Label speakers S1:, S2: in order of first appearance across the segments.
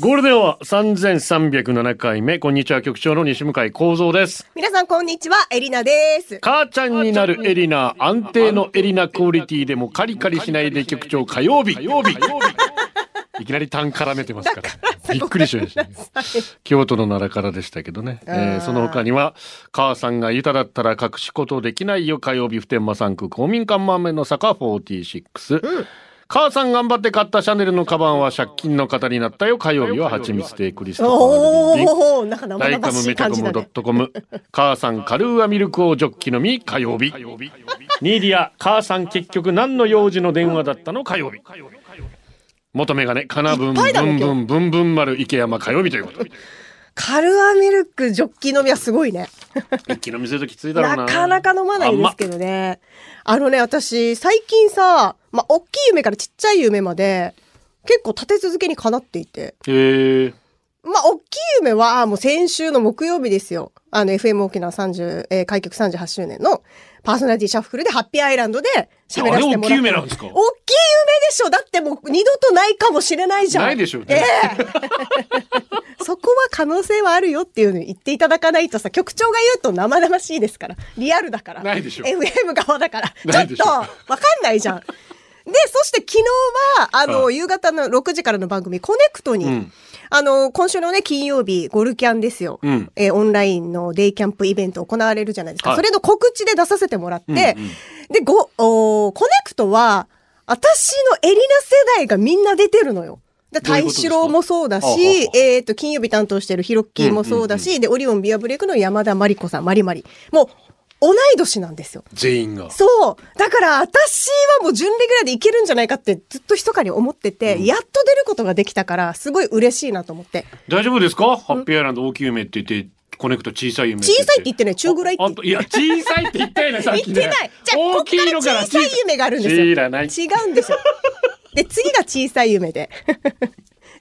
S1: ゴールデンは3307回目、こんにちは、局長の西向井幸三です。
S2: 皆さんこんにちは、エリナです。
S1: 母ちゃんになるエリナ、安定のエリナクオリティでもカリカリしないで局長火曜日。火曜日。いきなりタン絡めてます から。びっくりしましたね。京都の奈良からでしたけどね。えーその他には、母さんがユタだったら隠し事できないよ、火曜日普天間産区公民館満面の坂46。母さん頑張って買ったシャネルのカバンは借金の方になったよ、火曜日は蜂蜜でクリストファールビリー
S2: おお、なんか生
S1: ダイ
S2: 々
S1: カム
S2: しい
S1: メタ
S2: 感
S1: コ
S2: じ
S1: ム
S2: だ
S1: ドッ
S2: ね。
S1: トコム。母さんカルーアミルクをジョッキのみ火曜日。ニーディア、母さん結局何の用事の電話だったの火曜日。元メガネ、かなぶん、
S2: いっぱ
S1: ぶ
S2: いだね
S1: んぶん、ぶんぶん丸、池山火曜日ということ。
S2: カルアミルクジョッキ飲みはすごいね。
S1: 一気飲みするときついだろう
S2: な
S1: な。
S2: かなか飲まないですけどね。あのね、私、最近さ、まあ、大きい夢からちっちゃい夢まで、結構立て続けに叶っていて。
S1: あんま。へえ。
S2: まあ、大きい夢は、もう先週の木曜日ですよ。あの、FM 沖縄30、えー開局38周年のパーソナリティシャッフルでハッピーアイランドで喋らせてもらっ
S1: あ
S2: て。
S1: れ大きい夢なんですか
S2: 大きい夢でしょだってもう二度とないかもしれないじゃん。
S1: ないでしょうね
S2: ええ そこは可能性はあるよっていうのに言っていただかないとさ、局長が言うと生々しいですから。リアルだから。
S1: ないでしょう
S2: FM 側だから。ちょ
S1: ない
S2: っ
S1: でし
S2: と、
S1: ょう
S2: わかんないじ ゃん。で、そして昨日は、あの、夕方の6時からの番組、コネクトに、
S1: うん
S2: あの、今週のね、金曜日、ゴルキャンですよ。
S1: うん
S2: えーオンラインのデイキャンプイベント行われるじゃないですか。
S1: はい
S2: それの告知で出させてもらって、
S1: うんうん
S2: で、ご、おーコネクトは、私のエリナ世代がみんな出てるのよ。で
S1: どういう
S2: 大
S1: ことです
S2: 志
S1: か
S2: 郎もそうだ
S1: あああ
S2: し、えっ、と、金曜日担当してるヒロッキーもそうだし、で、オリオンビアブレイクの山田まりこさん、まりまり。もう、同い年なんですよ。
S1: 全員が。
S2: そう。だから私はもう準レギュラーでいけるんじゃないかってずっと密かに思ってて、やっと出ることができたから、すごい嬉しいなと思って。
S1: 大丈夫ですかハッピーアイランド大きい夢って言って、コネクト小さい夢
S2: 小さいって言ってない中ぐらいって
S1: ああといや、小さいって言ったよね、さっ
S2: 言っ
S1: き
S2: て
S1: ね。
S2: ない。じゃあ、こっ
S1: 大きいの
S2: か
S1: からら
S2: 小さい夢があるんですよ。
S1: 知らない
S2: 違うんですよ。で、次が小さい夢で。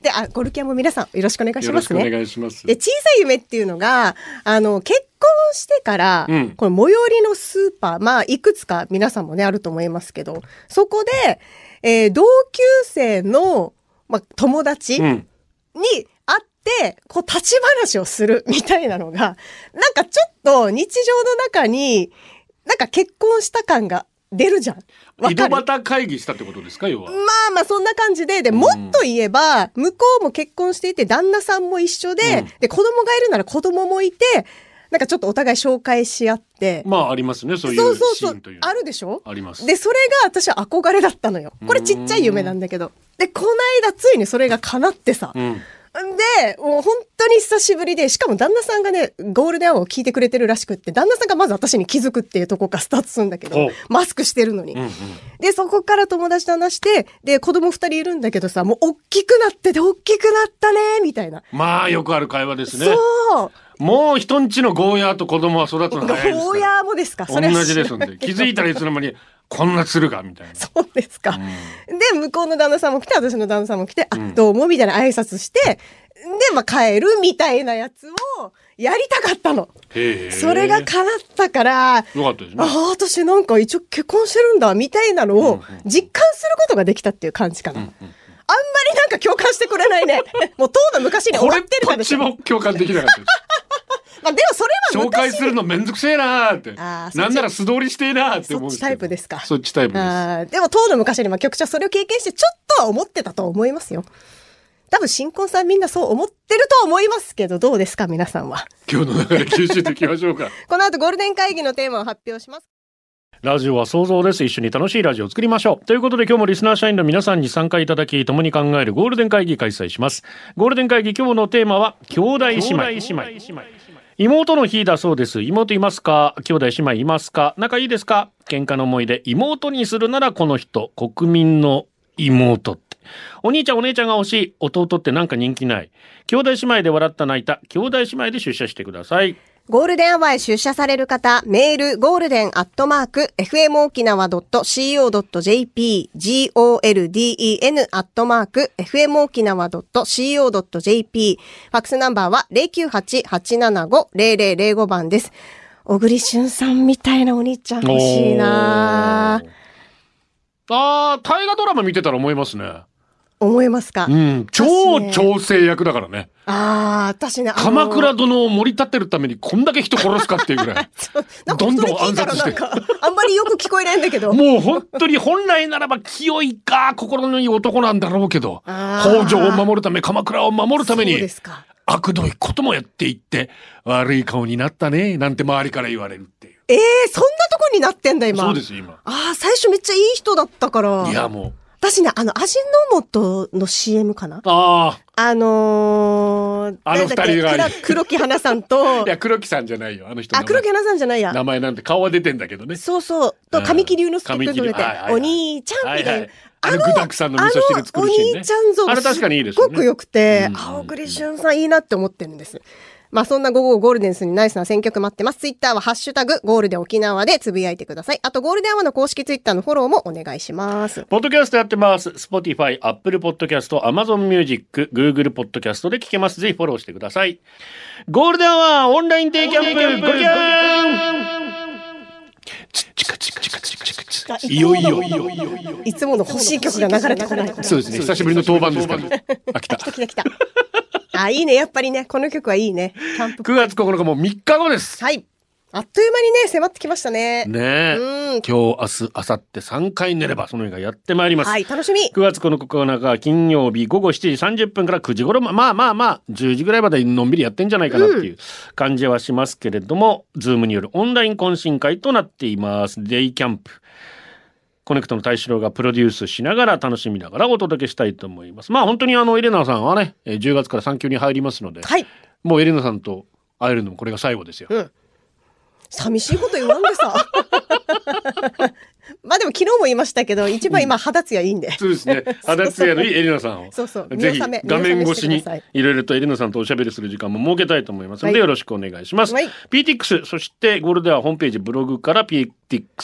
S2: で、あ、ゴルキャンも皆さんよろしくお願いし
S1: よろ
S2: ま
S1: し
S2: す
S1: くお
S2: ね。
S1: 願いします。
S2: で、小さい夢っていうのが、あの、結婚してから、
S1: うん
S2: この最寄りのスーパー、まあ、いくつか皆さんもね、あると思いますけど、そこで、えー同級生の、まあ、友達
S1: う
S2: に
S1: ん。
S2: 会って、こう、立ち話をする みたいなのが、なんかちょっと日常の中に、なんか結婚した感が出るじゃん。わ
S1: 井
S2: か
S1: 戸
S2: る
S1: 端会議したってことですか、要は。
S2: まあまあそんな感じで、で、もっと言えば、向こうも結婚していて、旦那さんも一緒で、
S1: うん
S2: で、子供がいるなら子供もいて、なんかちょっとお互い紹介し合って、
S1: まあありますね、そうい
S2: そう
S1: う
S2: そう
S1: シ
S2: そ
S1: ーン
S2: う
S1: という、のは
S2: あるでしょ
S1: あります。
S2: で、それが私は憧れだったのよ。これちっちゃい夢なんだけど。で、こないだついにそれが叶ってさ。
S1: うん。
S2: で、もう本当に久しぶりで、しかも旦那さんがね、ゴールデンアワーを聞いてくれてるらしくって、旦那さんがまず私に気づくっていうとこからスタートするんだけ
S1: ほう
S2: ど、マスクしてるのに。
S1: うんうん。
S2: で、そこから友達と話して、で、子供二人いるんだけどさ、もう大きくなってて、大きくなったね、みたいな。
S1: まあよくある会話ですね。
S2: そう
S1: もう人んちのゴーヤーと子供は育つの早いです
S2: ゴー
S1: から。
S2: ヤーもですかは
S1: 同じです
S2: 知
S1: ん
S2: らな
S1: で
S2: い
S1: 気づいたらいつの間にこんな鶴がみたいな。
S2: そうですか。で、向こうの旦那さんも来て、私の旦那さんも来て、あ、どうも、みたいな挨拶して、で、まあ、帰るみたいなやつをやりたかったの。
S1: へえ。
S2: それが
S1: よ
S2: 叶ったから、
S1: かったですね。
S2: ああ、私なんか一応結婚してるんだ、みたいなのを実感することができたっていう感じかな。あんまりなんか共感してくれないね。 もう、とうの昔に
S1: こ
S2: 終わ
S1: れ
S2: っ
S1: って
S2: る
S1: こ
S2: か
S1: っ
S2: ら
S1: ちも共感できなかった です。
S2: まあ、でもそれは
S1: 紹介
S2: 昔
S1: するのめんどくせえなーって。
S2: あーそっち
S1: なんなら素通りしてえなーって思うんけど
S2: そっちタイプですか
S1: そっちタイプです。
S2: あーでも、当の昔にも局長それを経験して、ちょっとは思ってたと思いますよ。多分、新婚さんみんなそう思ってると思いますけど、どうですか、皆さんは。
S1: 今日の流れ吸収ていきましょうか。
S2: この後、ゴールデン会議のテーマを発表します。
S1: ラジオは想像です。一緒に楽しいラジオを作りましょう。ということで今日もリスナー社員の皆さんに参加いただき、共に考えるゴールデン会議開催します。ゴールデン会議今日のテーマは、兄弟姉妹。妹の日だそうです。妹いますか兄弟姉妹いますか仲いいですか喧嘩の思い出。妹にするならこの人。国民の妹って。お兄ちゃんお姉ちゃんが欲しい。弟ってなんか人気ない。兄弟姉妹で笑った泣いた。兄弟姉妹で出社してください。
S2: ゴールデンアワーへ出社される方、メール、ゴールデンアットマーク、fmokinawa.co.jp、golden アットマーク、fmokinawa.co.jp、ファックスナンバーは098-875-0005番です。小栗旬さんみたいなお兄ちゃん 欲しいなぁ
S1: おーあー大河ドラマ見てたら思いますね。
S2: 思いますか、
S1: うん。
S2: 私
S1: 超
S2: ね
S1: 調整役だからね。
S2: ああ、私ね、あの
S1: 鎌倉殿を盛り立てるためにこんだけ人殺すかっていうぐらい。
S2: そう なんかそれ聞いたらなんか、あんまりよく聞こえないんだけど。
S1: もう本当に本来ならば清いか心のいい男なんだろうけど、
S2: あー
S1: 北条を守るため鎌倉を守るため
S2: そう
S1: に
S2: ですか。
S1: 悪どいこともやっていって悪い顔になったねなんて周りから言われるっていう。
S2: ええそんなとこになってんだ、今。
S1: そうですよ今。
S2: ああ、最初めっちゃいい人だったから。
S1: いやも
S2: 私ね、あの、味の素の CM かな
S1: うあ
S2: あのー、
S1: あの二人が
S2: 誰だっけくら黒木花さんと
S1: あい、や黒木さんじゃないよあの人の
S2: あ、
S1: 名
S2: 黒木
S1: 前
S2: 花さんじゃないや
S1: 名。前なんて顔は出てんだけどね。
S2: そうそう。と、
S1: うん
S2: 神木隆之介と出
S1: 神木
S2: て
S1: はいはいは、い
S2: お兄ちゃん
S1: は
S2: み
S1: い
S2: た
S1: はい。。
S2: ない
S1: あの具沢山の味噌汁作るシーンね
S2: あのお兄ち。ゃん像が
S1: あれ確かにいいです
S2: す
S1: よね
S2: ごく良くて、
S1: うん
S2: 青栗旬さんいいなって思ってるんです。まあそんな午後ゴールデンスにナイスな選曲待ってます。ツイッターはハッシュタグゴールデン沖縄でつぶやいてください。あとゴールデンアワーの公式ツイッターのフォローもお願いします。
S1: ポッドキャストやってます。Spotify、Apple Podcast、Amazon Music、Google Podcast で聞けます。ぜひフォローしてください。ゴールデンはオンラインデイキャンプ、ゴリャンチッチカチカチカチカチカチカいよいよいよいよ。
S2: いつもの欲しい曲が流れてこない。
S1: そうですね。久しぶりの登板ですから、あ、来た。
S2: 来た来た来た。あ、いいね。やっぱりね。この曲はいいね。キャンプ。
S1: 9月9日もう3日後です。
S2: はい。あっという間にね、迫ってきましたね。
S1: ね
S2: う
S1: え。
S2: ー
S1: 今
S2: ん。
S1: 日、明日、明後日3回寝れば、その日がやってまいります。
S2: はい、楽しみ。
S1: 9月9日は金曜日午後7時30分から9時頃ままあまあまあ10時ぐらいまでのんびりやってんじゃないかなっていう感じはしますけれども、ズームによるオンライン懇親会となっていますデイキャンプコネクトの大志郎がプロデュースしながら楽しみながらお届けしたいと思いますまあ本当にあのエレナさんはねえー10月から産休に入りますので、
S2: はい。
S1: もうエレナさんと会えるのもこれが最後ですよ、
S2: うん。寂しいこと言わんでさ。 まあでも昨日も言いましたけど、一番今肌ツヤいいんで。
S1: そうです ね肌ツヤのいいエレナさんを
S2: そうそう見
S1: ぜひ
S2: 納め
S1: 画面越しに
S2: 見納めしてください
S1: いろいろとエレナさんとおしゃべりする時間も設けたいと思いますの
S2: は
S1: で
S2: い
S1: よろしくお願いします、
S2: はい
S1: PTX そしてゴールデンはホームページブログから PTX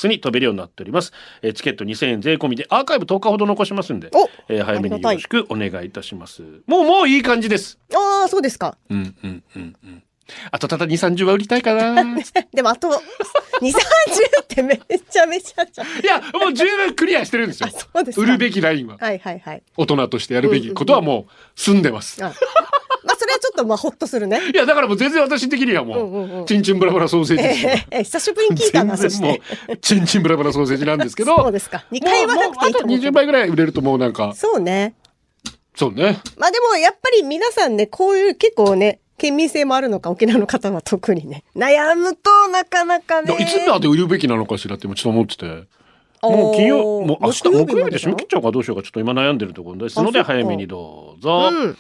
S1: に飛べるようになっておりますえーチケット2000円税込みでアーカイブ10日ほど残しますんで
S2: お、
S1: えー早めに
S2: ありが
S1: よ
S2: たい
S1: ろしくお願いいたしますもうもういい感じです
S2: ああ、そうですか。
S1: うんうんうんうんあとただ2、30は売りたいか な。い
S2: でもあと、2、30ってめちゃめちゃじゃん。
S1: や、もう十分クリアしてるんですよ
S2: あそうです。か
S1: 売るべきラインは。
S2: はいはいはい。
S1: 大人としてやるべきことはもう済んでます。
S2: あまあそれはちょっとまあほっとするね。
S1: いや、だからもう全然私的にはもう、
S2: うんうんうん
S1: チンチンブラブラソーセージですよ。
S2: えー久しぶりに聞いたな、そ
S1: 全
S2: し
S1: 然も
S2: て。
S1: う、チンチンブラブラソーセージなんですけど、
S2: そうですか。2回はなくていいと
S1: もうもうあと20
S2: 思う。
S1: 倍ぐらい売れるともうなんか、
S2: そうね。
S1: そうね。
S2: まあでもやっぱり皆さんね、こういう結構ね、県民性もあるのか、沖縄の方は特にね。悩むとなかなか
S1: い
S2: ね。
S1: やいつになって売るべきなのかしらってもちょっと思ってて。もう金曜、もう明日木曜日で締め切っちゃうかどうしようかちょっと今悩んでるところですので
S2: あそっか
S1: 早めにどうぞ。
S2: うん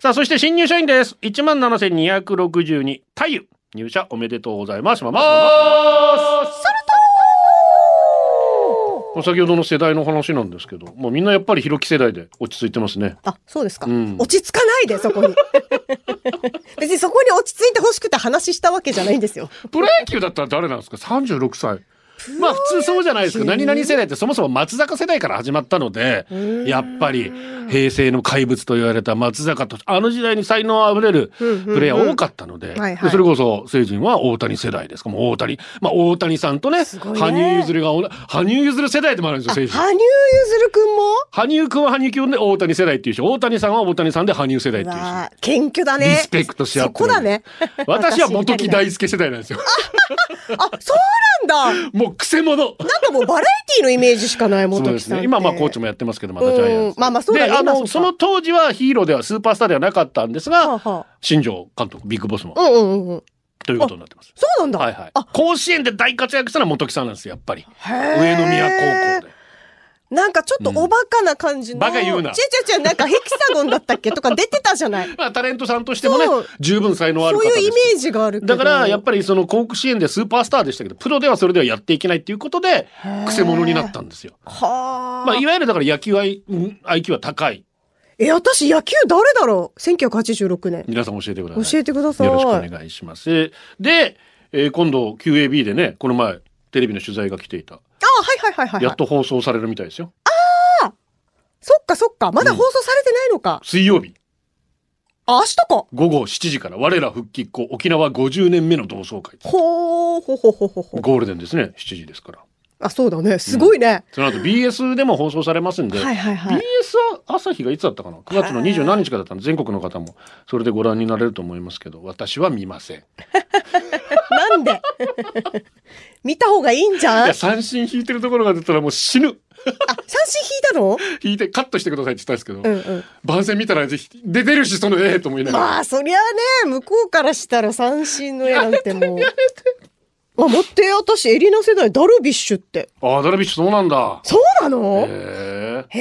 S1: さあ、そして新入社員です。17,262太夫。入社おめでとうございます。まます。まあ先ほどの世代の話なんですけど、もうみんなやっぱり広木世代で落ち着いてますね。
S2: あ、そうですか。
S1: うん
S2: 落ち着かないで、そこに。別にそこに落ち着いて欲しくて話したわけじゃないんですよ。
S1: プロ野球だったら誰なんですか ?36 歳。まあ普通そうじゃないですか。何々世代ってそもそも松坂世代から始まったので、やっぱり平成の怪物と言われた松坂と、あの時代に才能あふれる
S2: うんうん
S1: プレイヤー多かったので、
S2: はいはい
S1: でそれこそ成人は大谷世代ですか。もう大谷。まあ大谷さんとね、
S2: ごいね
S1: 羽生結弦が同じ、羽生結弦世代でもあるんですよ、
S2: あ
S1: 成
S2: 羽生
S1: 人。
S2: 結弦くんも
S1: 羽生くんは羽生くんで大谷世代っていうし、大谷さんは大谷さんで羽生世代っていうし。
S2: わあ、謙虚だね。
S1: リスペクトし合って
S2: そこだね。
S1: 私は元木大輔世代なんですよ。
S2: あ、そうなんだ。
S1: もう癖者。
S2: なんかもうバラエティのイメージしかない、
S1: そう
S2: 元
S1: で
S2: 木
S1: す
S2: さん
S1: ね。
S2: って。
S1: 今はまあコーチ
S2: も。
S1: もやってますけどまたジャイアン
S2: うん
S1: ツ。
S2: まあまあそうだ
S1: で
S2: ね
S1: あ
S2: 今
S1: の
S2: そ
S1: そう
S2: か
S1: の当時はヒーローではスーパースターではなかったんですが、
S2: はあはあ
S1: 新庄監督ビッグボスも、
S2: うんうんうんうん。
S1: ということになってます。
S2: そうなんだ。
S1: はいはい
S2: あ。
S1: 甲子園で大活躍したのは元木さんなんですよやっぱり。
S2: へ
S1: 上
S2: え
S1: 宮高校で。
S2: なんかちょっとおバカな感じの。
S1: バカ言うな
S2: ちうちうちう、なんかヘキサゴンだったっけとか出てたじ ゃない。
S1: まあタレントさんとしてもね
S2: そう
S1: 十分才能ある
S2: そ
S1: 方
S2: う
S1: です
S2: い
S1: け
S2: う
S1: ど。
S2: イメージがあるけど。
S1: だからやっぱりその甲子園でスーパースターでしたけどプロではそれではやっていけないっていうことで
S2: へー
S1: 癖者になったんですよ。
S2: はあ。
S1: まあいわゆるだから野球愛うん IQ は高い。
S2: え、私野球誰だろう ?1986 年。
S1: 皆さん教えてください。
S2: 教えてください
S1: よろしくお願いします。えーで、えー今度 QAB でね、この前、テレビの取材が来ていた。
S2: ああ、はいはいはいはいはい。
S1: やっと放送されるみたいですよ。
S2: そっかそっか。まだ放送されてないのか。
S1: 水曜日、
S2: あ、明日か。
S1: 午後7時から、我ら復帰っ子、沖縄50年目の同窓会。
S2: ほー、ほほほほほ。
S1: ゴールデンですね、7時ですから。
S2: あ、そうだね。すごいね。
S1: その後 BS でも放送されますんで、
S2: はいはいはい
S1: BS は朝日がいつだったかな9月の27日からだったの全国の方もそれでご覧になれると思いますけど私は見ませんい
S2: なんで 見た方がいいんじゃんあ、
S1: や
S2: 三
S1: 三振引いてるところが出たらもう死ぬ
S2: 振引いたの
S1: 引いてカットしてくださいって言ったんですけど、
S2: うんうん。
S1: 番宣見たらぜひ出てるしそのええと思いながら、
S2: まあ、そりゃあね、向こうからしたら三振の絵なんてもう。あ、待って、私、エリナ世代、ダルビッシュって。
S1: ああダルビッシュそうなんだ
S2: そうなの、
S1: へ
S2: へ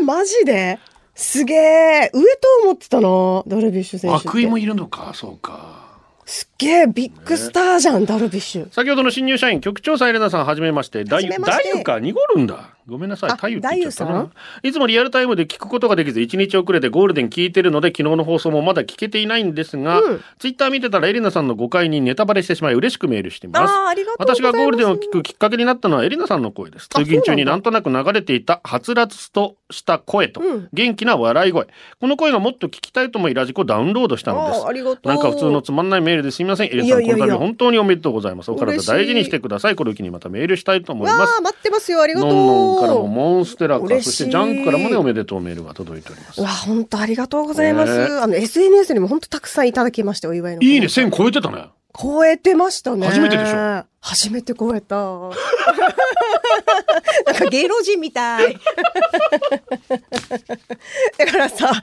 S2: え、マジですげえ。上と思ってたな、ダルビッシュ
S1: え
S2: 選手って。
S1: 悪意もいるのかそうか
S2: すっげえ、ビッグスターじゃん、ダルビッシュ。
S1: 先ほどの新入社員局長さんエレナさんはじめましてだゆ
S2: はじめまして
S1: だゆか濁るんだごめんなさい
S2: あ
S1: 太ゆって言っちゃった
S2: だ
S1: なないつもリアルタイムで聞くことができず1日遅れてゴールデン聞いてるので昨日の放送もまだ聞けていないんですが、
S2: うん
S1: ツイッター見てたらエレナさんの誤解にネタバレしてしまい嬉しくメールしています
S2: あーありがとうございま
S1: 私が
S2: す
S1: ゴールデンを聞くきっかけになったのはエレナさんの声です
S2: あ
S1: 通勤中に
S2: そうな
S1: なんんとなく流れていたはつらつとした声と
S2: うん
S1: 元気な笑い声、この声がもっと聞きたいと思いラジコダウンロードしたのです
S2: ああ、ありがとう。
S1: なんか普通のつまんないメールですみません。エレさん、
S2: いやいやいや
S1: この度本当におめでとうございます。お体
S2: 嬉しい
S1: 大事にしてください。これを機にまたメールしたいと思い
S2: わ
S1: ます
S2: あ、。待ってますよ、ありが
S1: の
S2: と
S1: ん
S2: う。
S1: のんからもモンステラか、
S2: 嬉しい
S1: そしてジャンクからもね、おめでとうメールが届いております
S2: うわ。あ、本当ありがとうございます。
S1: ねえ
S2: あの、SNS にも本当たくさんいただきまして、お祝いの。
S1: いいね、。1000超えてたね。
S2: 超えてましたね。
S1: 初めてでしょ
S2: 初めて超えた。 なんか芸能人みたい。 だからさ、本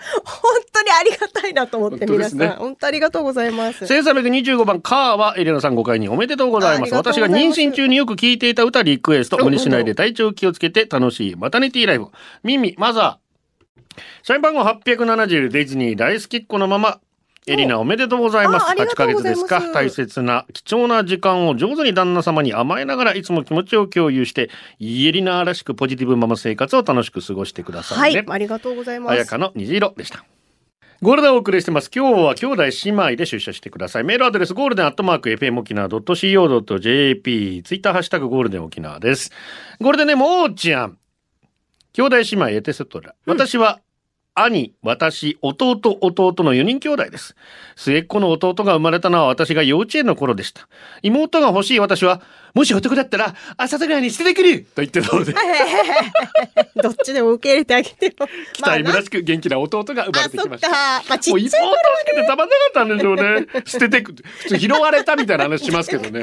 S2: 当にありがたいなと思っ
S1: 本当
S2: て、
S1: で
S2: 皆
S1: す
S2: さ
S1: ね
S2: ん。本当ありがとうございます。
S1: 1325番、カーはエレナさん5回におめでとうございます。
S2: あありがとうご
S1: 私
S2: ざ
S1: が
S2: います
S1: 妊娠中によく聞いていた歌リクエスト、
S2: あ
S1: 無理しないで体調気をつけて楽しいマタニティライフ。ミミ、マザー。社員番号870、ディズニー大好きっ子のまま。エリナおめでとうございます。
S2: あありが
S1: 8
S2: と
S1: ヶ
S2: うご
S1: 月
S2: ざい
S1: で
S2: ます
S1: すか。大切な貴重な時間を上手に旦那様に甘えながらいつも気持ちを共有して、エリナらしくポジティブママ生活を楽しく過ごしてくださ
S2: はい
S1: ね。
S2: い、ありがとうございま
S1: あや
S2: す
S1: か。の虹色でした。ゴールデンをお送りしてます。今日は兄弟姉妹で出社してください。メールアドレス、ゴールデンアットマーク、fm 沖縄 .co.jp、ツイッターハッシュタグ、ゴールデン沖縄です。ゴールデンネーム、おーちゃん。兄弟姉妹、エテセトラ。私は、兄、私、弟、弟の4人兄弟です。末っ子の弟が生まれたのは私が幼稚園の頃でした。妹が欲しい私は、もし男だったら、朝ぐらいに捨ててくると言ってたので、
S2: どっちでも受け入れてあげてよ。
S1: 期待むらしく元気な弟が生ま
S2: まあ
S1: れて
S2: なあ、
S1: き
S2: そ
S1: ま
S2: っ
S1: した
S2: か。。まあ、ち
S1: もう
S2: っ
S1: 一
S2: ちゃい
S1: 本しけてたまんなかったんでしょうね。 捨ててく。普通拾われたみたいな話しますけど ね。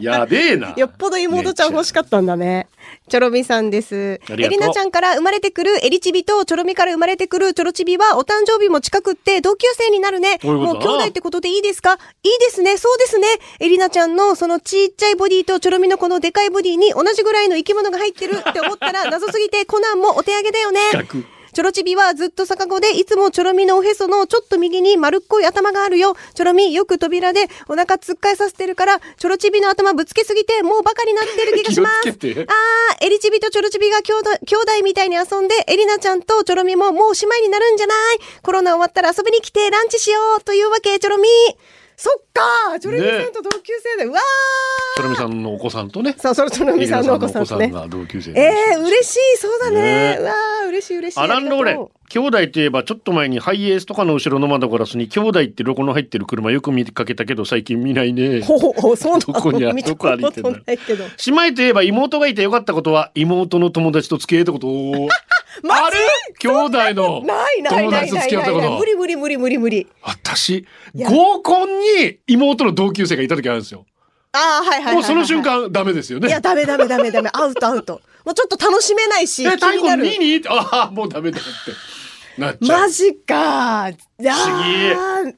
S1: やべえな。
S2: よっぽど妹ちゃん欲しかったんだね。チョロミさんです。
S1: あ
S2: エ
S1: りがとう
S2: リナちゃんから生まれてくるエリチビとチョロミから生まれてくるチョロチビはお誕生日も近くって同級生になるね。
S1: どういうこと
S2: もう兄弟ってことでいいですかいいですね。そうですね。エリナちゃんのそのちっちゃいボディとチョロミのこのでかいボディに同じぐらいの生き物が入ってるって思っ たら謎すぎてコナンもお手上げだよね。
S1: 企画
S2: チョロチビはずっと逆子で、いつもチョロミのおへそのちょっと右に丸っこい頭があるよ。チョロミよく扉でお腹つっかえさせてるから、チョロチビの頭ぶつけすぎて、もうバカになってる気がします。
S1: 気をつけて
S2: あー、エリチビとチョロチビが兄弟兄弟みたいに遊んで、エリナちゃんとチョロミももうおしまいになるんじゃないコロナ終わったら遊びに来てランチしようというわけ、チョロミそっかチョロミさんと同級生で、うわ
S1: とろみさんのお子さんとね
S2: ー。さあ、そろそろみさんのお子さんとね
S1: 皆。さんのお子さんが同級生で
S2: ええー、嬉しい、そうだね。
S1: ね
S2: うわー、嬉しい、嬉しい。
S1: アラン・ローレン
S2: ありがとう。
S1: 兄弟といえばちょっと前にハイエースとかの後ろの窓ガラスに兄弟ってロゴの入ってる車よく見かけたけど最近見ないね。
S2: ほうほう、そうな
S1: どこにあ
S2: 見た
S1: どこ歩いてんだ
S2: ことないけど。
S1: 姉妹といえば妹がいてよかったことは妹の友達と付き合えたこと。ある兄弟の
S2: ないない
S1: 友
S2: な
S1: 達
S2: い
S1: と付
S2: ない
S1: き合っ
S2: な
S1: た
S2: い
S1: こ
S2: ない。
S1: と
S2: 無。理無理無理無理無理。
S1: 私、
S2: いや
S1: 合コンに妹の同級生がいた時あるんですよ。
S2: ああ、はいはいはいはい。
S1: もうその瞬。間、ダメですよ
S2: いや、
S1: ね。
S2: ダメダメダメダメ。アウトアウト。もうちょっと楽しめないし。
S1: え、
S2: 気
S1: 太
S2: に
S1: 鼓
S2: な
S1: の
S2: る
S1: 2にああ、もうダメだって。なっちゃ
S2: マ
S1: う。
S2: ジか。あ
S1: 不
S2: ー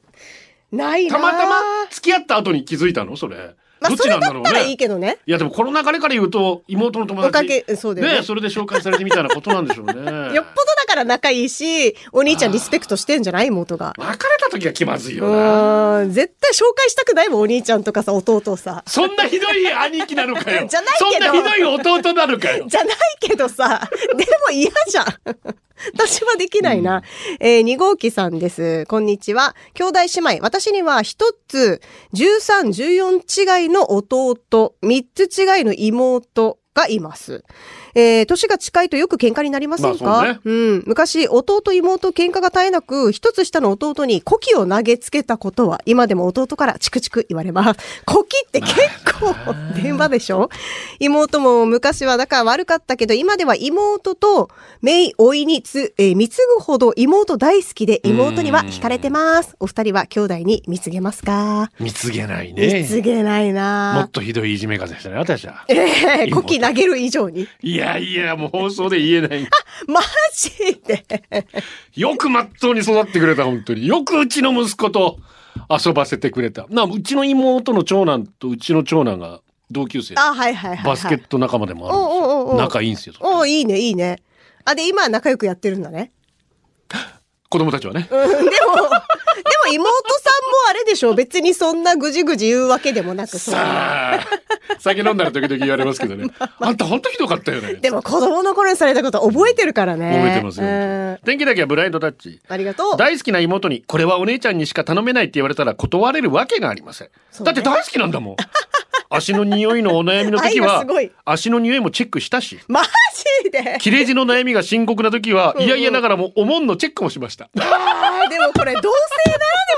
S2: ないな。
S1: たまたま付き合った後に気づいたのそれ。
S2: ま
S1: ど
S2: あ
S1: っ
S2: そ
S1: ちな
S2: れ
S1: ん
S2: だ
S1: だ
S2: っ
S1: ろうね
S2: たらいいけどね。
S1: いやでもこの流れから言うと妹の友達
S2: おかげそうだよね
S1: それで紹介されてみたいなことなんでしょうね
S2: よっぽどだから仲いいし、お兄ちゃんリスペクトしてんじゃない妹が。
S1: 別れた時は気まずいうよな
S2: ーん、絶対紹介したくないもん、お兄ちゃんとかさ、弟をさ。
S1: そんなひどい兄貴なのかよ
S2: じゃないけど
S1: そんなひどい弟なのか よ
S2: じゃないけ どさ、でも嫌じゃん。 私はできないな。えー、2号機さんです。こんにちは。兄弟姉妹。私には一つ、13、14違いの弟、三つ違いの妹がいます。えー、年が近いとよく喧嘩になりませんか、
S1: まあそうね
S2: うん。昔、弟妹喧嘩が絶えなく、一つ下の弟に古希を投げつけたことは、今でも弟からチクチク言われます。 古希って結構電話でしょ妹も昔はだから悪かったけど、今では妹と姪甥いにつ、えー貢ぐほど妹大好きで、妹には惹かれてます。お二人は兄弟に貢げますか
S1: 貢げないね
S2: 貢げない
S1: もっ
S2: なぁ
S1: とひどいいじめ風したね私は
S2: えー、古希投げる以 上に。
S1: いやいやもう放送で言えない
S2: マジで
S1: よくまっとうに育ってくれた本当によくうちの息子と遊ばせてくれたなうちの妹の長男とうちの長男が同級生
S2: あ、はいはいはい、はい。
S1: バスケット仲間でもあるんですよ
S2: おうおうおう
S1: 仲いいんですよ
S2: おーいいね、いいね。あ、で、今は仲良くやってるんだね。
S1: 子供たちはね
S2: うん、でも、でも妹さんもあれでしょ別にそんなぐじぐじ言うわけでもなくそう
S1: さあ酒飲んだら時々言われますけど ねあんた本当ひどかったよね
S2: でも子供の頃にされたこと覚えてるからね。
S1: 覚えてますよ
S2: うん
S1: 本当に天気だけはブラインドタッチ
S2: ありがとう。
S1: 大好きな妹にこれはお姉ちゃんにしか頼めないって言われたら断れるわけがありません、
S2: そう
S1: だ
S2: ね
S1: って大好きなんだも ん足の匂いのお悩みの時
S2: 愛が
S1: は
S2: すごい
S1: 足の匂いもチェックしたし
S2: マジで
S1: 切れ字の悩みが深刻な時は
S2: ん
S1: いやいやながらもおもんのチェックもしま した
S2: あーでもこれ同性ならで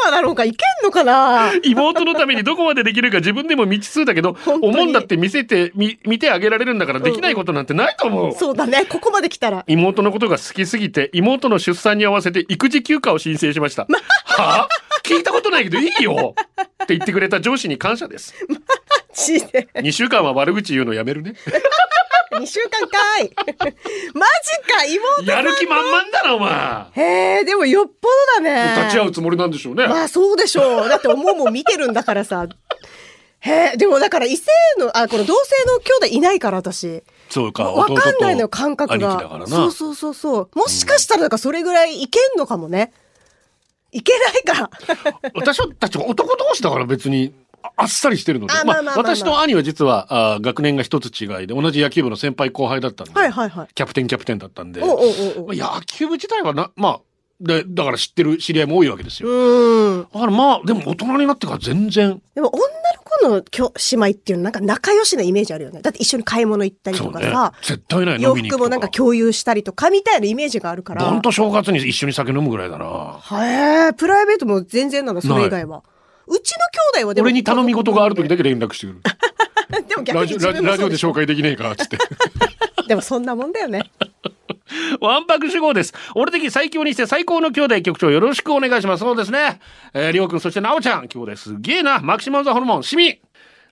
S2: はだろうかいけんのかな
S1: 妹のためにどこまでできるか自分でも未知数だけど
S2: 本当
S1: お
S2: に
S1: もんだって見せてみ見てあげられるんだからできないことなんてないと思う、
S2: そうだね。ここまで来たら。
S1: 妹のことが好きすぎて妹の出産に合わせて育児休暇を申請しました、はあ聞いたことないけどいいよって言ってくれた上司に感謝です
S2: マジで。
S1: 2週間は悪口言うのやめるね
S2: 2週間か い。マジか、妹。
S1: やる気満々だなお前
S2: へえ、でもよっぽどだね。
S1: 立ち会うつもりなんでしょうね、
S2: まあそうでしょう。だって思うもん見てるんだからさ。へえ、でもだから異性の、あ、この同性の兄弟いないから私。
S1: そうか
S2: わかんないのよ、感覚
S1: 弟と兄貴だ
S2: が
S1: から。な
S2: そうそうそうそう。もしかしたらだからそれぐらいいけんのかもね。いけないか。
S1: 私たちは男同士だから別にああっさりしてるので
S2: あまあまあまあまあ
S1: 私と兄は実はあー学年が一つ違いで同じ野球部の先輩後輩だったんで、
S2: はいはいはい。
S1: キャプテンキャプテンだったんで
S2: おうおうおうおう。
S1: まあ、野球部自体はなまあでだから知ってる知り合いも多いわけですよ、
S2: うん。
S1: だからまあでも大人になってから全然
S2: でも女の子のきょ姉妹っていうのなんか仲良しなイメージあるよね。だって一緒に買い物行ったり
S1: そ
S2: と
S1: う
S2: か
S1: ね
S2: さ、
S1: 絶対ない飲
S2: 洋
S1: みに行
S2: 服
S1: くと
S2: もなんか共有したりとかみたいなイメージがあるから。
S1: ほんと正月に一緒に酒飲むぐらいだな
S2: へえ、プライベートも全然なの、それ以外は。うちの兄弟はでも。
S1: 俺に頼み事がある時だけ連絡してくる
S2: でも 逆
S1: ラ
S2: に
S1: ジオ
S2: 自
S1: ラジ
S2: 分
S1: オラジ
S2: も
S1: オ
S2: そ
S1: で
S2: うでしょ
S1: 紹介できねえかっつって
S2: でもそんなもんだよね。
S1: わんぱく主語です俺的最強にして最高の兄弟局長よろしくお願いしますそうですねえー、りょうくんそしてなおちゃん兄弟すげえなマキシマムザホルモンシミ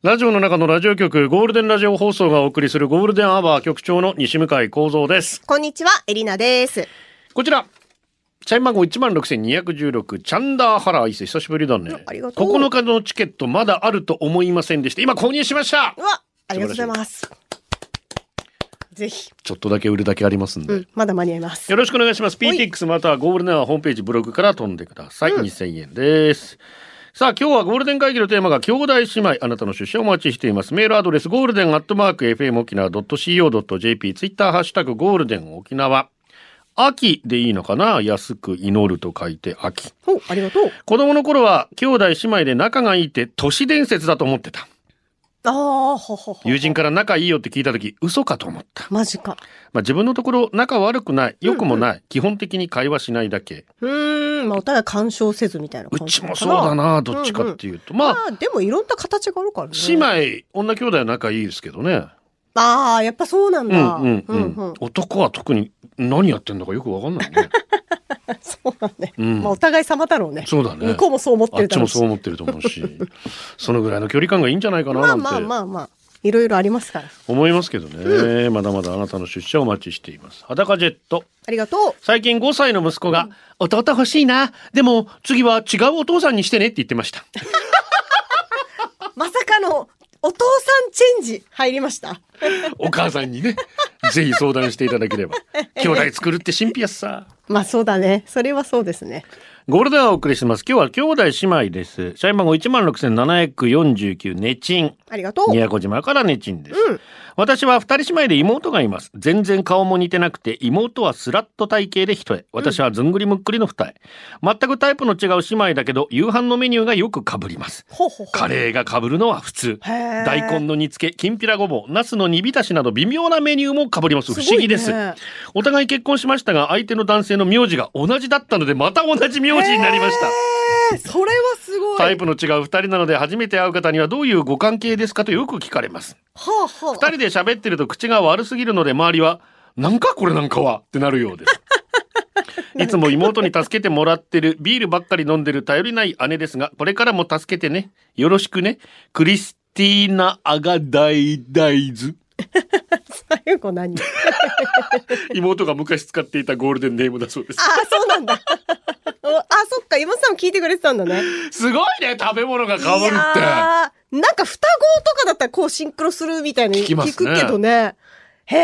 S1: ラジオの中のラジオ局ゴールデンラジオ放送がお送りするゴールデンアワー局長の西向井光三です
S2: こんにちは、エリナです。
S1: こちら。チャイム番号16,216チャンダーハラー伊勢久しぶりだね。
S2: ありがとう
S1: 9日のチケットまだあると思いませんでした。今購入しました
S2: うわ、ありがとうございます。ぜひ、
S1: ちょっとだけ売るだけありますんで。
S2: うん、まだ間に合います。
S1: よろしくお願いします。
S2: はい
S1: PTX またはゴールデンアワーホームページブログから飛んでください。2000円です。さあ今日はゴールデン会議のテーマが兄弟姉妹あなたの出社をお待ちしていますメールアドレスゴールデンアットマーク FM 沖縄 .co.jp ツイッターハッシュタグゴールデン沖縄秋でいいのかな安く祈ると書いて秋
S2: お、ありがとう。
S1: 子供の頃は兄弟姉妹で仲がいいって都市伝説だと思ってた
S2: ああ、ほほほ。
S1: 友人から仲いいよって聞いた時嘘かと思った、
S2: マジか。
S1: まあ、自分のところ仲悪くない良くもない、基本的に会話しないだけ
S2: うーん、まあお互い干渉せずみたいな
S1: う
S2: 感じ
S1: ち
S2: か
S1: もそうだ。などっちかっていうと、ま
S2: ま
S1: あ
S2: あ、でもいろんな形があるからね。
S1: 姉妹女兄弟は仲いいですけどね
S2: ああ、やっぱそうなん
S1: う
S2: だ。
S1: んうんうん、
S2: うん
S1: 男は特に何やってんだかよくわかんない ね、
S2: そうなんだよ。
S1: うん
S2: まあお互い様だろうね。
S1: そうだね
S2: 向こうもそう思って
S1: あっ
S2: るだ
S1: ち
S2: ろ
S1: も
S2: うし
S1: そう思ってると思うしそのぐらいの距離感がいいんじゃないかな
S2: ま
S1: な
S2: あ
S1: んて
S2: まあまあまあ。いろいろありますから。
S1: 思いますけどね、まだまだあなたの出社をお待ちしています裸ジェット
S2: ありがと
S1: 最近5歳の息子が、弟欲しいな。でも、次は違うお父さんにしてねって言ってました。
S2: う。まさかのお父さんチェンジ入りました。
S1: お母さんに ね、ぜひ相談していただければ。兄弟作るって神秘やっさ。
S2: まあそうだね。それはそうですね。
S1: ゴールデンをお送りしてます。今日は兄弟姉妹です。社員番号16,749、ネチン。
S2: ありがとう。
S1: 宮古島からネチンです。私は二人姉妹で妹がいます。全然顔も似てなくて、妹はスラッと体型で一重。私はずんぐりむっくりの二重。全くタイプの違う姉妹だけど、夕飯のメニューがよく被ります。
S2: ほうほうほう
S1: カレーが被るのは普通。
S2: へー
S1: 大根の煮付け、きんぴらごぼう、茄子の煮浸しなど微妙なメニューも被ります。不思議です。
S2: ごいね
S1: お互い結婚しましたが、相手の男性の名字が同じだったので、また同じ名字になりました。
S2: えーそれはすごい。
S1: タイプの違う二人なので、初めて会う方にはどういうご関係ですかとよく聞かれます。
S2: はあはあ。
S1: 二人で喋ってると口が悪すぎるので周りは「なんかこれなんかは」ってなるよう です。いつも妹に助けてもらってるビールばっかり飲んでる頼りない姉ですがこれからも助けてねよろしくねクリスティーナ・アガダイダイ ズ
S2: 最後何
S1: 妹が昔使っていたゴールデンネームだそうです
S2: ああ、そうなんだ。 おあ、そっか。妹さんも聞いてくれてたんだね。
S1: すごいね食べ物が変
S2: い
S1: わるっ
S2: やーなんか双子とかだったらこうシンクロするみたいな
S1: 聞きますね
S2: 聞くけどね。へ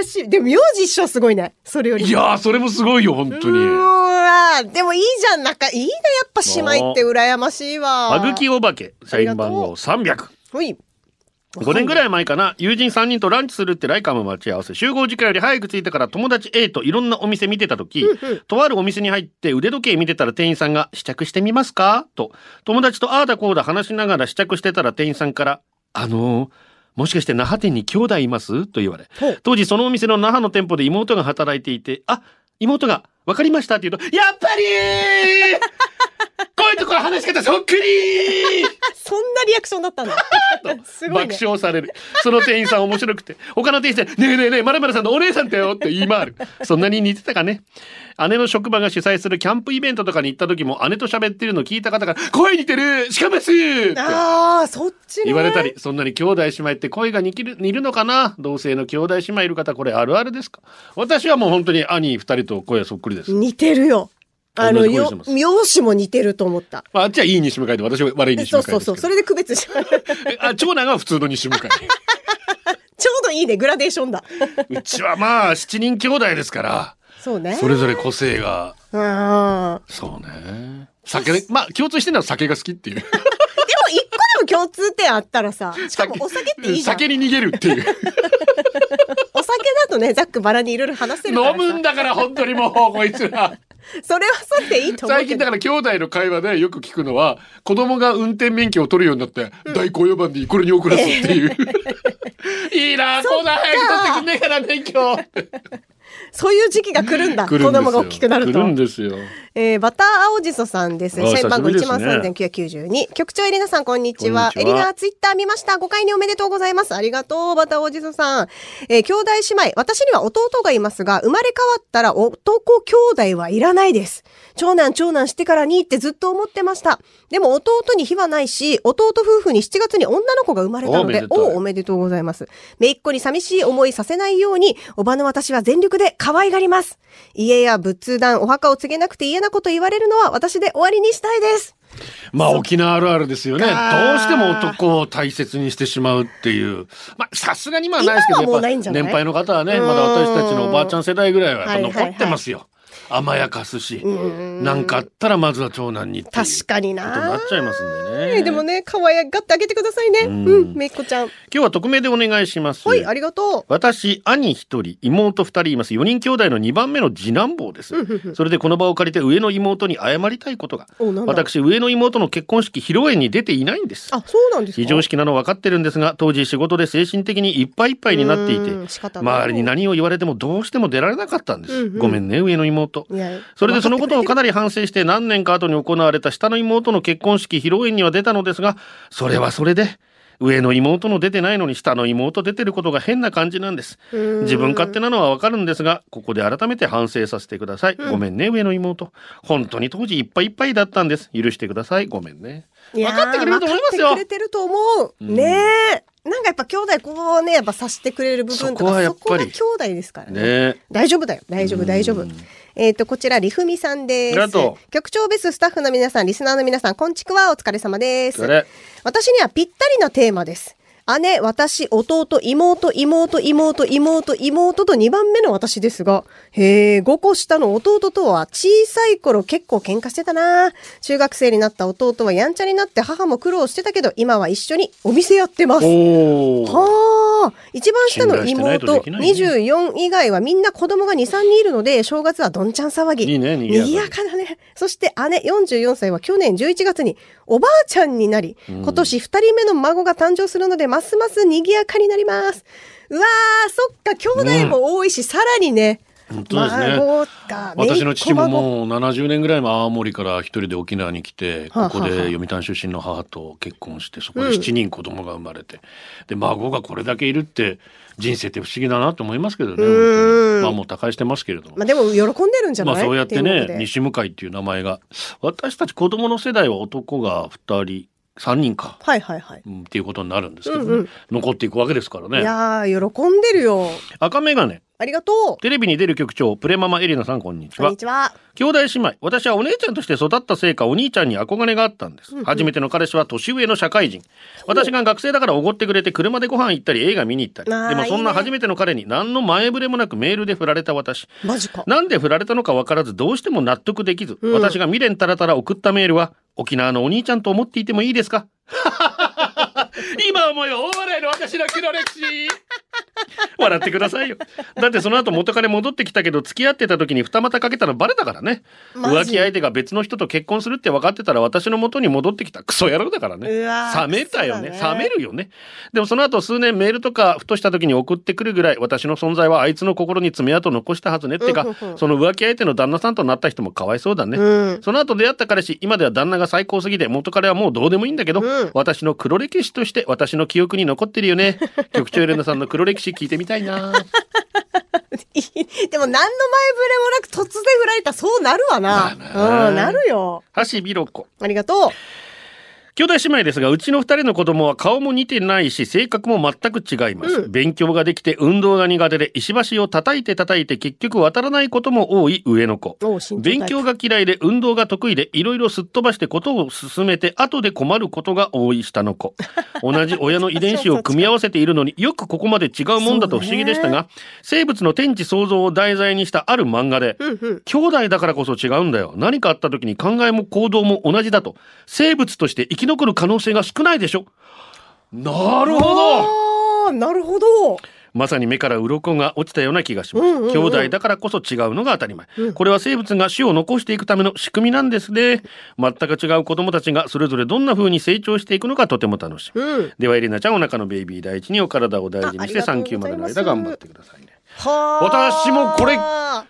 S2: え、し、でも名字一緒はすごいね。それよ
S1: て
S2: り。
S1: いやーそれもすごいよ本当
S2: う
S1: に。
S2: わーでもいいじゃん。なんかいいな、やっぱ姉妹って羨ましいわ。
S1: あぐきおばけ社員番号300
S2: ほい。
S1: 5年ぐらい前かな友人3人とランチするってライカム待ち合わせ集合時間より早く着いたから友達 A といろんなお店見てた時、とあるお店に入って腕時計見てたら店員さんが「試着してみますか?」と友達とああだこうだ話しながら試着してたら店員さんから「あのーもしかして那覇店に兄弟います?」と言われ
S2: ほう
S1: 当時そのお店の那覇の店舗で妹が働いていて「あ妹が分かりました」って言うと「やっぱりー! こういうところ話し方そっくりー!」
S2: そんなリアクションだったんだ。 すごい
S1: 爆
S2: ね。
S1: 笑される。その店員さん面白くて、他の店員さん、ねえねえねえ、まるまるさんのお姉さんだよって言い回る。そんなに似てたかね。姉の職場が主催するキャンプイベントとかに行った時も姉と喋ってるの聞いた方が、声似てるしかもすって
S2: ああ、そっちね。
S1: 言われたり、そんなに兄弟姉妹って声が似きる似るのかな同性の兄弟姉妹いる方、これあるあるですか私はもう本当に兄二人と声そっくりです。
S2: 似てるよ。あ
S1: 同
S2: の、
S1: じ声し
S2: よ
S1: てます
S2: 容姿も似てると思った。
S1: まあ、あっちはいい西向かいで、私は悪い西
S2: そ
S1: 向
S2: う
S1: かい
S2: そ
S1: で
S2: う
S1: す
S2: そう。
S1: けど
S2: そ。れで区別しちょ
S1: えあ長男が普通の西向かい。
S2: うどいいね。グラデーション だ。
S1: うちはまあ、七人兄弟ですから。
S2: そうね。
S1: それぞれ個性が。
S2: うん。でも
S1: そうね。酒で、まあ共通してるのは酒が好きっていう。
S2: 一個でも共通点あった らさ、しかもお酒っていいじゃん。
S1: 酒に逃げるって いう。
S2: お酒だとね、ざっくばらにいろいろ話せるからさ。
S1: 飲むんだから本当にもうこいつ ら。
S2: それはそれでいいと思う
S1: 最
S2: けど。
S1: 近だから兄弟の会話でよく聞くのは、子供が運転免許を取るようになって、代行4番でこれに送らすって いう。いいなあ、こんな早く取ってくんねえから免許。
S2: そういう時期が来るんだ。
S1: 来るんです
S2: 子
S1: よ
S2: 供が大きくなると。
S1: 来るんですよ。
S2: えー、バター青じそさんです。
S1: あー
S2: 社員番号
S1: 久し
S2: 1
S1: ぶ
S2: 万
S1: りですね
S2: 3992。局長エリナさん、こんにちは。
S1: こんに
S2: エ
S1: ちは
S2: リナ、ツイッター見ました。ご会におめでとうございます。ありがとう、バター青じそさん。えー兄弟姉妹、私には弟がいますが、生まれ変わったら男兄弟はいらないです。長男、長男してからにってずっと思ってました。でも弟に火はないし、弟夫婦に7月に女の子が生まれたので、
S1: おめでとう
S2: おおめでとうございます。めいっ子に寂しい思いさせないように、おばの私は全力で可愛がります。家や仏壇、お墓を告げなくて嫌なこと言われるのは私で終わりにしたいです。
S1: まあ沖縄あるあるですよね。どう
S2: か
S1: しても男を大切にしてしまうっていう。まあさすがにまあないですけど、
S2: 今はもうない
S1: や
S2: ん
S1: っ
S2: じ
S1: ぱ
S2: ゃない
S1: 年配の方はね、まだ私たちのおばあちゃん世代ぐらいはやっぱ
S2: はいはいはい
S1: 残ってますよ。甘やかすし、なんかあったらまずは長男にっていう
S2: 確かに
S1: ことにな
S2: な
S1: っ。ちゃいますんで
S2: え
S1: ね。
S2: ーでもね、可愛がってあげてくださいね。うん
S1: ん、
S2: めいっ子ちゃん。
S1: 今日は匿名でお願いします。
S2: ほい、ありがと
S1: 私、兄一人、妹二人います。四人兄弟の二番目の次男坊です。それでこの場を借りて上の妹に謝りたいことが。
S2: おなんだ
S1: 私、上の妹の結婚式披露宴に出ていないんです
S2: う。。あ、そうなんですか
S1: 非常識なの分かってるんですが当時仕事で精神的にいっぱいいっぱいになっていうて
S2: ーん仕方ない
S1: 周りに何を言われてもどうしても出られなかったんです、
S2: うんうん
S1: ごめんね上の妹
S2: いや
S1: それでそのことをかなり反省して何年か後に行われた下の妹の結婚式披露宴には出たのですがそれはそれで上の妹の出てないのに下の妹出てることが変な感じなんです自分勝手なのはわかるんですがここで改めて反省させてください、ごめんね上の妹本当に当時いっぱいいっぱいだったんです許してくださいごめんね分かってくれると思いますよ
S2: 分かってくれてると思う。ねえ。なんかやっぱ兄弟こうね、やっぱ察してくれる部分とか、そ
S1: そこ
S2: こは
S1: はやっぱり
S2: 兄弟ですからね。
S1: ね
S2: 大丈夫だよ。大丈夫、大丈夫。えっ、と、こちら、りふみさんです。
S1: ありがと
S2: 局長ベーススタッフの皆さん、リスナーの皆さん、こんちくわ、お疲れ様です
S1: お疲れ。
S2: 私にはぴったりなテーマです。姉、私、弟、妹、妹、妹、妹、妹と2番目の私ですが、へえ、5個下の弟とは小さい頃結構喧嘩してたな。中学生になった弟はやんちゃになって母も苦労してたけど、今は一緒にお店やってます。
S1: おー。
S2: はあ、一番下の
S1: 信頼してないとで
S2: 妹、
S1: きないね
S2: 24以外はみんな子供が2、3人いるので、正月はどんちゃん騒ぎ。
S1: いいね賑やかで
S2: 賑やかだね。そして姉44歳は去年11月におばあちゃんになり、今年2人目の孫が誕生するので、ますます賑やかになります。うわー、そっか、兄弟も多いし、さらにね、
S1: 本当ですね
S2: 孫が、姪っ子
S1: 私の父も
S2: 孫
S1: もう70年ぐらい前青森から一人で沖縄に来て
S2: はあはあ
S1: ここで読谷出身の母と結婚してそこで7人子供が生まれて、で孫がこれだけいるって人生って不思議だなと思いますけどね本当にまあもう他界してますけれども
S2: まあでも喜んでるんじゃな
S1: ま
S2: い
S1: あそうやって
S2: いう
S1: ね
S2: ことで
S1: 西向井っていう名前が私たち子供の世代は男が2人3人か、
S2: はいはいはい。
S1: うんっていうことになるんですけどね、
S2: うんうん
S1: 残っていくわけですから
S2: い
S1: ね
S2: やー、喜んでるよ。
S1: 赤眼鏡
S2: ありがとう。
S1: テレビに出る局長プレママエリナさんこんにち
S2: こん
S1: は
S2: にちは。
S1: 兄弟姉妹私はお姉ちゃんとして育ったせいかお兄ちゃんに憧れがあったんです、初めての彼氏は年上の社会人私が学生だからおごってくれて車でご飯行ったり映画見に行ったり
S2: あー
S1: でもそん
S2: い
S1: ない
S2: ね
S1: 初めての彼に何の前触れもなくメールで振られた私
S2: マジか。
S1: なんで振られたのか分からずどうしても納得できず、
S2: うん
S1: 私が未練たらたら送ったメールは沖縄のお兄ちゃんと思っていてもいいです か今思いは大笑いの私の黒歴史笑ってくださいよだってその後元彼戻ってきたけど付き合ってた時に二股かけたのバレたからね
S2: マ
S1: 浮
S2: ジ
S1: 気相手が別の人と結婚するって分かってたら私の元に戻ってきたクソ野郎だからね
S2: うわー
S1: 冷めたよね
S2: クソだ
S1: 冷
S2: ね
S1: めるよねでもその後数年メールとかふとした時に送ってくるぐらい私の存在はあいつの心に爪痕を残したはずねってか、
S2: うんうんうん
S1: その浮気相手の旦那さんとなった人もかわいそうだね、
S2: うん。
S1: その後出会った彼氏今では旦那が最高すぎて元彼はもうどうでもいいんだけど、
S2: うん
S1: 私の黒歴史として私の記憶に残ってるよね局長エレナさんの黒歴史聞いてみたい な
S2: でも何の前触れもなく突然振られたらそうなるわな。
S1: なるね
S2: うん、なるよ。
S1: 橋美ロ子
S2: ありがと
S1: 兄弟姉妹ですがうちの二人の子供は顔も似てないし性格も全く違います、
S2: うん
S1: 勉強ができて運動が苦手で石橋を叩いて叩いて結局渡らないことも多い上の子
S2: う。おう身長タイプ
S1: 勉強が嫌いで運動が得意でいろいろすっ飛ばしてことを進めて後で困ることが多い下の子同じ親の遺伝子を組み合わせているのによくここまで違うもんだと不思議でしたが、生物の天地創造を題材にしたある漫画で、
S2: うんうん。
S1: 兄弟だからこそ違うんだよ。何かあった時に考えも行動も同じだと。生物として生き残る可能性が少ないでしょ。なるほど
S2: ああ、なるほど。
S1: まさに目から鱗が落ちたような気がします。
S2: うんうんうん
S1: 兄弟だからこそ違うのが当たり前。これは生物が種を残していくための仕組みなんですね。全く違う子供たちがそれぞれどんな風に成長していくのかとても楽しみ。
S2: うん。
S1: ではエリナちゃんお腹のベイビー第一にお体を大事にして
S2: ああ
S1: 産
S2: り
S1: 休
S2: が
S1: ま
S2: と
S1: で
S2: う
S1: の
S2: ございます
S1: 間頑張ってくださいね。
S2: はあ。
S1: 私もこれ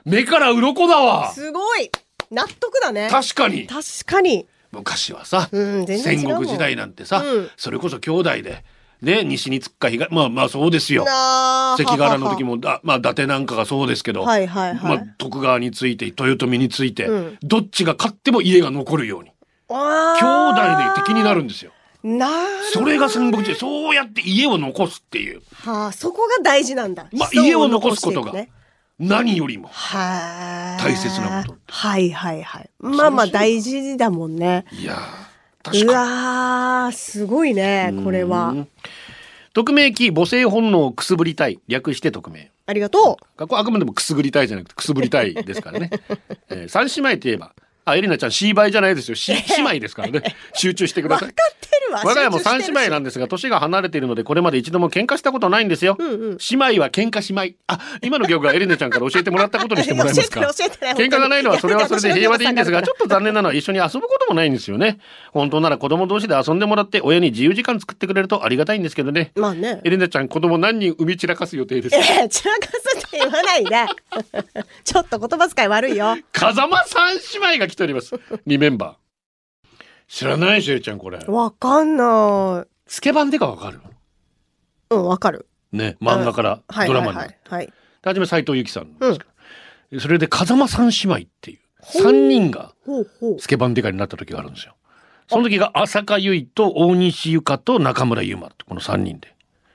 S1: 目から鱗だわ
S2: すごい。納得だね。
S1: 確かに
S2: 確かに。
S1: 昔はさ、
S2: うん全然違う
S1: 戦
S2: もん
S1: 国時代なんてさ、
S2: うん
S1: それこそ兄弟でね西につっか東まあまあそうですよ
S2: なあ
S1: 関ヶ原の時
S2: も。
S1: もだまあ伊達なんかがそうですけど、
S2: はいはいはい
S1: まあ、徳川について豊臣について、
S2: うん
S1: どっちが勝っても家が残るように
S2: あ
S1: 兄弟で敵にな
S2: る。
S1: るんですよ。
S2: なる
S1: それが戦国時代そうやって家を残すっていう
S2: はあ、そこが大事なんだ。
S1: まあ
S2: 子孫
S1: 家を残すことが
S2: 残していくね
S1: 何よりも
S2: はあ。
S1: 大切なこと
S2: はいはいはい。まあまあ大事だもんね。
S1: いやー確か
S2: う
S1: に。
S2: わー、すごいね、これは
S1: う。ん匿名期母性本能をくすぶりたい略して匿名
S2: ありがとう。
S1: 学校あくまでもくすぐりたいじゃなくてくすぶりたいですから ね、えー、三姉妹といえばあエリナちゃん C 倍じゃないですよ C 姉妹ですからね集中してくだ
S2: わ
S1: さ
S2: かっ
S1: い
S2: てるわ。
S1: 我が家も三姉妹
S2: な
S1: なんですが年が離れているのでこれまで一度も喧嘩したことないんですよ、
S2: んう
S1: 姉
S2: ん
S1: 妹は喧嘩しまいあ今の曲はエリナちゃんから教えてもらったことにしてもらえ ますか
S2: 教えてない教え
S1: 喧
S2: てない
S1: 嘩がないのはそれはそれで平和でいいんですが、ちょっと残念なのは一緒に遊ぶこともないんですよね。本当なら子供同士で遊んでもらって、親に自由時間作ってくれるとありがたいんですけどね。
S2: まあね
S1: エ。レナちゃん、子供何人産み散らかす予定ですか
S2: ええ、散らかすって言わないで。 ちょっと言葉遣い悪いよ。
S1: 風間三姉妹が来ております。リメンバー。知らないでしょ、エリちゃん、これ。
S2: わかんな
S1: スケバンでかわかる
S2: い。うん、わかる。
S1: ね、漫画から
S2: はい。
S1: ドラマに
S2: は
S1: ないって。
S2: はい。はい
S1: はじめ斎藤由貴さんなんですけど。それで風間三姉妹っていう、三人が
S2: ほうほう。
S1: スケバンデカになった時があるんですよ。その時が浅香唯と大西ゆかと中村ゆまってこの三人で。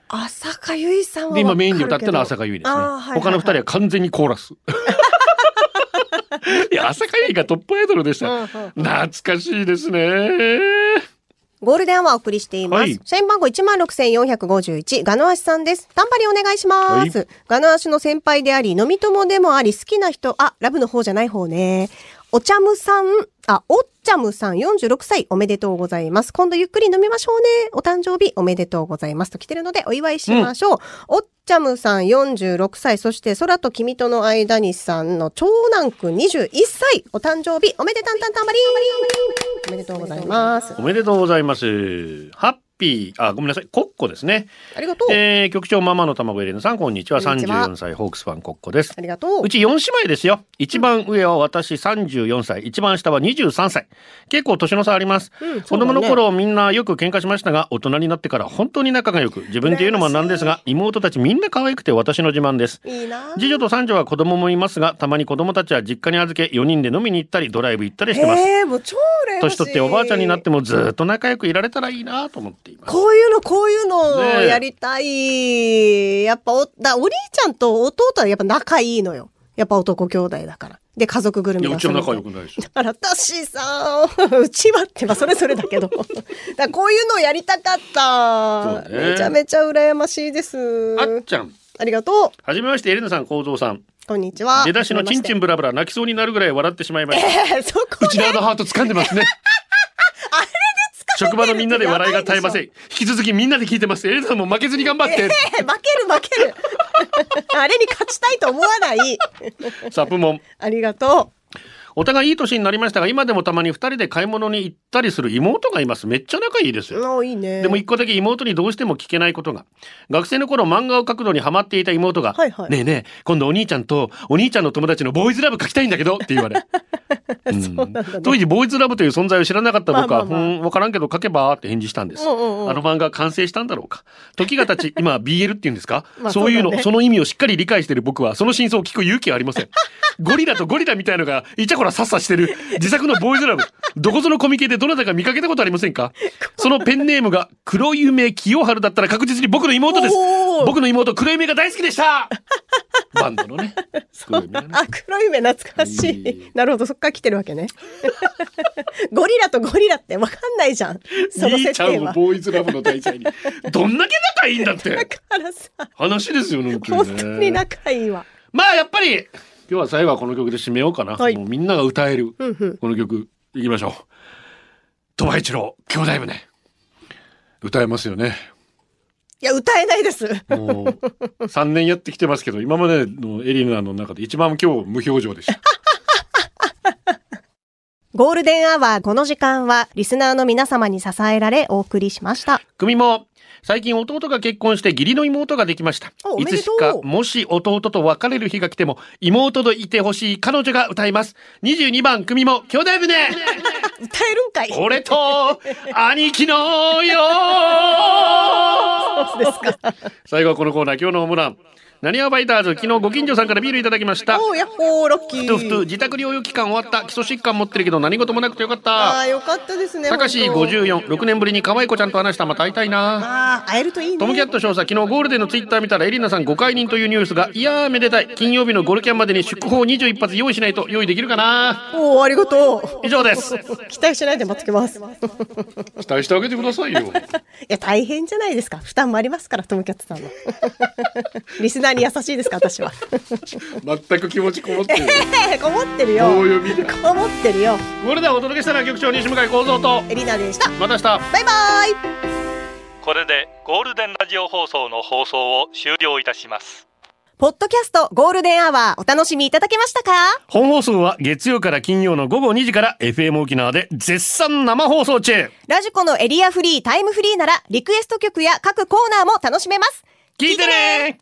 S2: 浅香唯さんはわかるけ
S1: で、今
S2: ど。
S1: メインで歌ってるのは浅香
S2: 唯
S1: 唯ですね。
S2: あーはいはいはい
S1: 他の二人は完全にコー ラス。いや、浅香唯がトップアイドルでした。
S2: うんうん
S1: 懐かしいですね。
S2: ゴールデンアワーお送りしています。
S1: はい
S2: 社員番号16,451、ガノアシさんです。タンパリンお願いします。ガノアシの先輩であり、飲み友でもあり、好きな人、あ、ラブの方じゃない方ね。おちゃむさん、あ、おっちゃむさん46歳おめでとうございます。今度ゆっくり飲みましょうね。お誕生日おめでとうございます。と来てるのでお祝いしましょう。おっちゃむさん46歳、そして空と君との間にさんの長男くん21歳、お誕生日おめでたんたんたんばりん。おめでとうございます。
S1: おめでとうございます。ハッピー、あ、ごめんなさい、コッコですね。
S2: ありがとう。
S1: えー、局長ママの卵エレンさん、こんにちは。
S2: こんにちは
S1: 34歳、ホークスファンコッコです
S2: あ。りがとう。
S1: うち4姉妹ですよ。一番上は私34歳、一番下は23歳。結構年の差あります。
S2: うん
S1: 子供の、頃みんなよく喧嘩しましたが、大人になってから本当に仲が良く、自分で言うのもなんですが、妹たちみんな可愛くて私の自慢です。
S2: そうだねいいな。
S1: 次女と三女は子供もいますが、たまに子供たちは実家に預け、4人で飲みに行ったり、ドライブ行ったりしてます。
S2: えー、もう超羨まし
S1: 年
S2: い。
S1: 取っておばあちゃんになってもずーっと仲良くいられたらいいなと思っています。
S2: こういうの、こういうの
S1: ねえ
S2: やりたい。やっぱお、だ、お兄ちゃんと弟はやっぱ仲いいのよ。やっぱ男兄弟だから。で、家族ぐるみ
S1: いや、
S2: で
S1: うちは
S2: 遊んで
S1: 仲良くないでしょ。
S2: だから私さ、 うちはって、まあそれぞれだけど。だ からこういうのをやりたかった。
S1: そうね
S2: めちゃめちゃ羨ましいです。
S1: あっちゃん、
S2: ありがとう。
S1: はじめまして、エレナさん、構造さん。
S2: こんにちは。
S1: 出だしのチンチンブラブラ泣きそうになるぐらい笑ってしまいました。
S2: えーそこ
S1: うちのアドハート掴んで ますね。職場のみんなで笑いが絶えません。引き続きみんなで聞いてます。エレナさんも負けずに頑張って。
S2: で、負ける負ける。 あれに勝ちたいと思わない。
S1: サプモン。
S2: ありがと
S1: お互いいい年になりましたが、今でもたまに二人で買い物に行ったりする妹がいます。めっちゃ仲いいです
S2: う。
S1: よ。
S2: もういいね。
S1: でも一個だけ妹にどうしても聞けないことが。学生の頃漫画を描くのにハマっていた妹が、
S2: はいはい
S1: ねえねえ、今度お兄ちゃんとお兄ちゃんの友達のボーイズラブ描きたいんだけどって言われ。うん
S2: そうなんだね
S1: 当時ボーイズラブという存在を知らなかった僕
S2: まあ
S1: は、
S2: まあまあ
S1: うん、わからんけど書けばーって返事したんです。
S2: うんうんうん
S1: あの漫画完成したんだろうか。時が経ち、今は BL っていうんですか、
S2: まあ
S1: そういう
S2: そ
S1: の
S2: うだね
S1: その意味をしっかり理解している僕は、その真相を聞く勇気はありま せん。ゴリラとゴリラみたいのが、いちゃこらさっさしてる、自作のボーイズラブ。どこぞのコミケでどなたか見かけたことありませんかそのペンネームが、黒夢清春だったら確実に僕の妹です
S2: おー。
S1: 僕の妹、黒夢が大好きでしたバンドの ね。黒夢がね
S2: あ、黒い目懐かしい。
S1: はい
S2: なるほど、そっから来てるわけね。 ゴリラとゴリラってわかんないじゃん。その
S1: 兄
S2: 設
S1: ちゃん
S2: 定
S1: を
S2: は。
S1: ボーイズラブの題 材に。どんだけ仲いいんだって。
S2: だからさ、
S1: 話ですよ、本当
S2: 本
S1: に、ね。
S2: 当に仲いいわ。
S1: まあやっぱり今日は最後はこの曲で締めようかな、
S2: はい
S1: もうみんなが歌える、
S2: うんうん
S1: この曲いきましょう鳥羽一郎兄弟船歌えますよね
S2: いや、歌えないです。
S1: もう3 年やってきてますけど今までのエリナの中で一番今日無表情でした
S2: ゴールデンアワー、この時間は、リスナーの皆様に支えられ、お送りし ました。
S1: 組も最近弟が結婚して義理の妹ができました
S2: おお
S1: い
S2: めで
S1: つ
S2: と
S1: し
S2: う
S1: かもし弟と別れる日が来ても妹といてほしい彼女が歌います22番組も兄弟船
S2: 歌えるんかい
S1: 俺と兄貴のよ
S2: そうですか。
S1: 最後はこのコーナー今日のホームランなにわバイターズ昨日ご近所さんからビールいただきました
S2: おー、やっほー、ラッキ
S1: ふとふと
S2: ー。
S1: 自宅療養期間終わった基礎疾患持ってるけど何事もなくてよかっ
S2: あ
S1: た
S2: ー、よかったですね。
S1: たかし
S2: 本当
S1: 546年ぶりに可愛い子ちゃんと話したまた会いたいな
S2: あー、会えるといいね。
S1: トムキャット少佐昨日ゴールデンのツイッター見たらエリナさんご解任というニュースがいやーめでたい金曜日のゴルキャンまでに出庫法21発用意しないと用意できるかな
S2: おー、ありがとう。
S1: 以上です
S2: 期待しないで待っときます。い
S1: 期待してあげてくださいよ
S2: や、大変じゃないですか。負担もありますから、トムキャットさんの。 リスナーに優しいですか、私は。
S1: 全く気持ちこもってる
S2: こもってるよ。
S1: 棒読みじゃん
S2: こもってるよ。
S1: ゴールデンをお届けしたのは局長西向井幸三と
S2: エリナでした。
S1: また明日
S2: バイバイ。
S3: これでゴールデンラジオ放送の放送を終了いたします
S2: ポッドキャストゴールデンアワーお楽しみいただけましたか
S1: 本放送は月曜から金曜の午後2時から FM 沖縄で絶賛生放送中
S2: ラジコのエリアフリー、タイムフリーならリクエスト曲や各コーナーも楽しめます。
S1: 聞いてね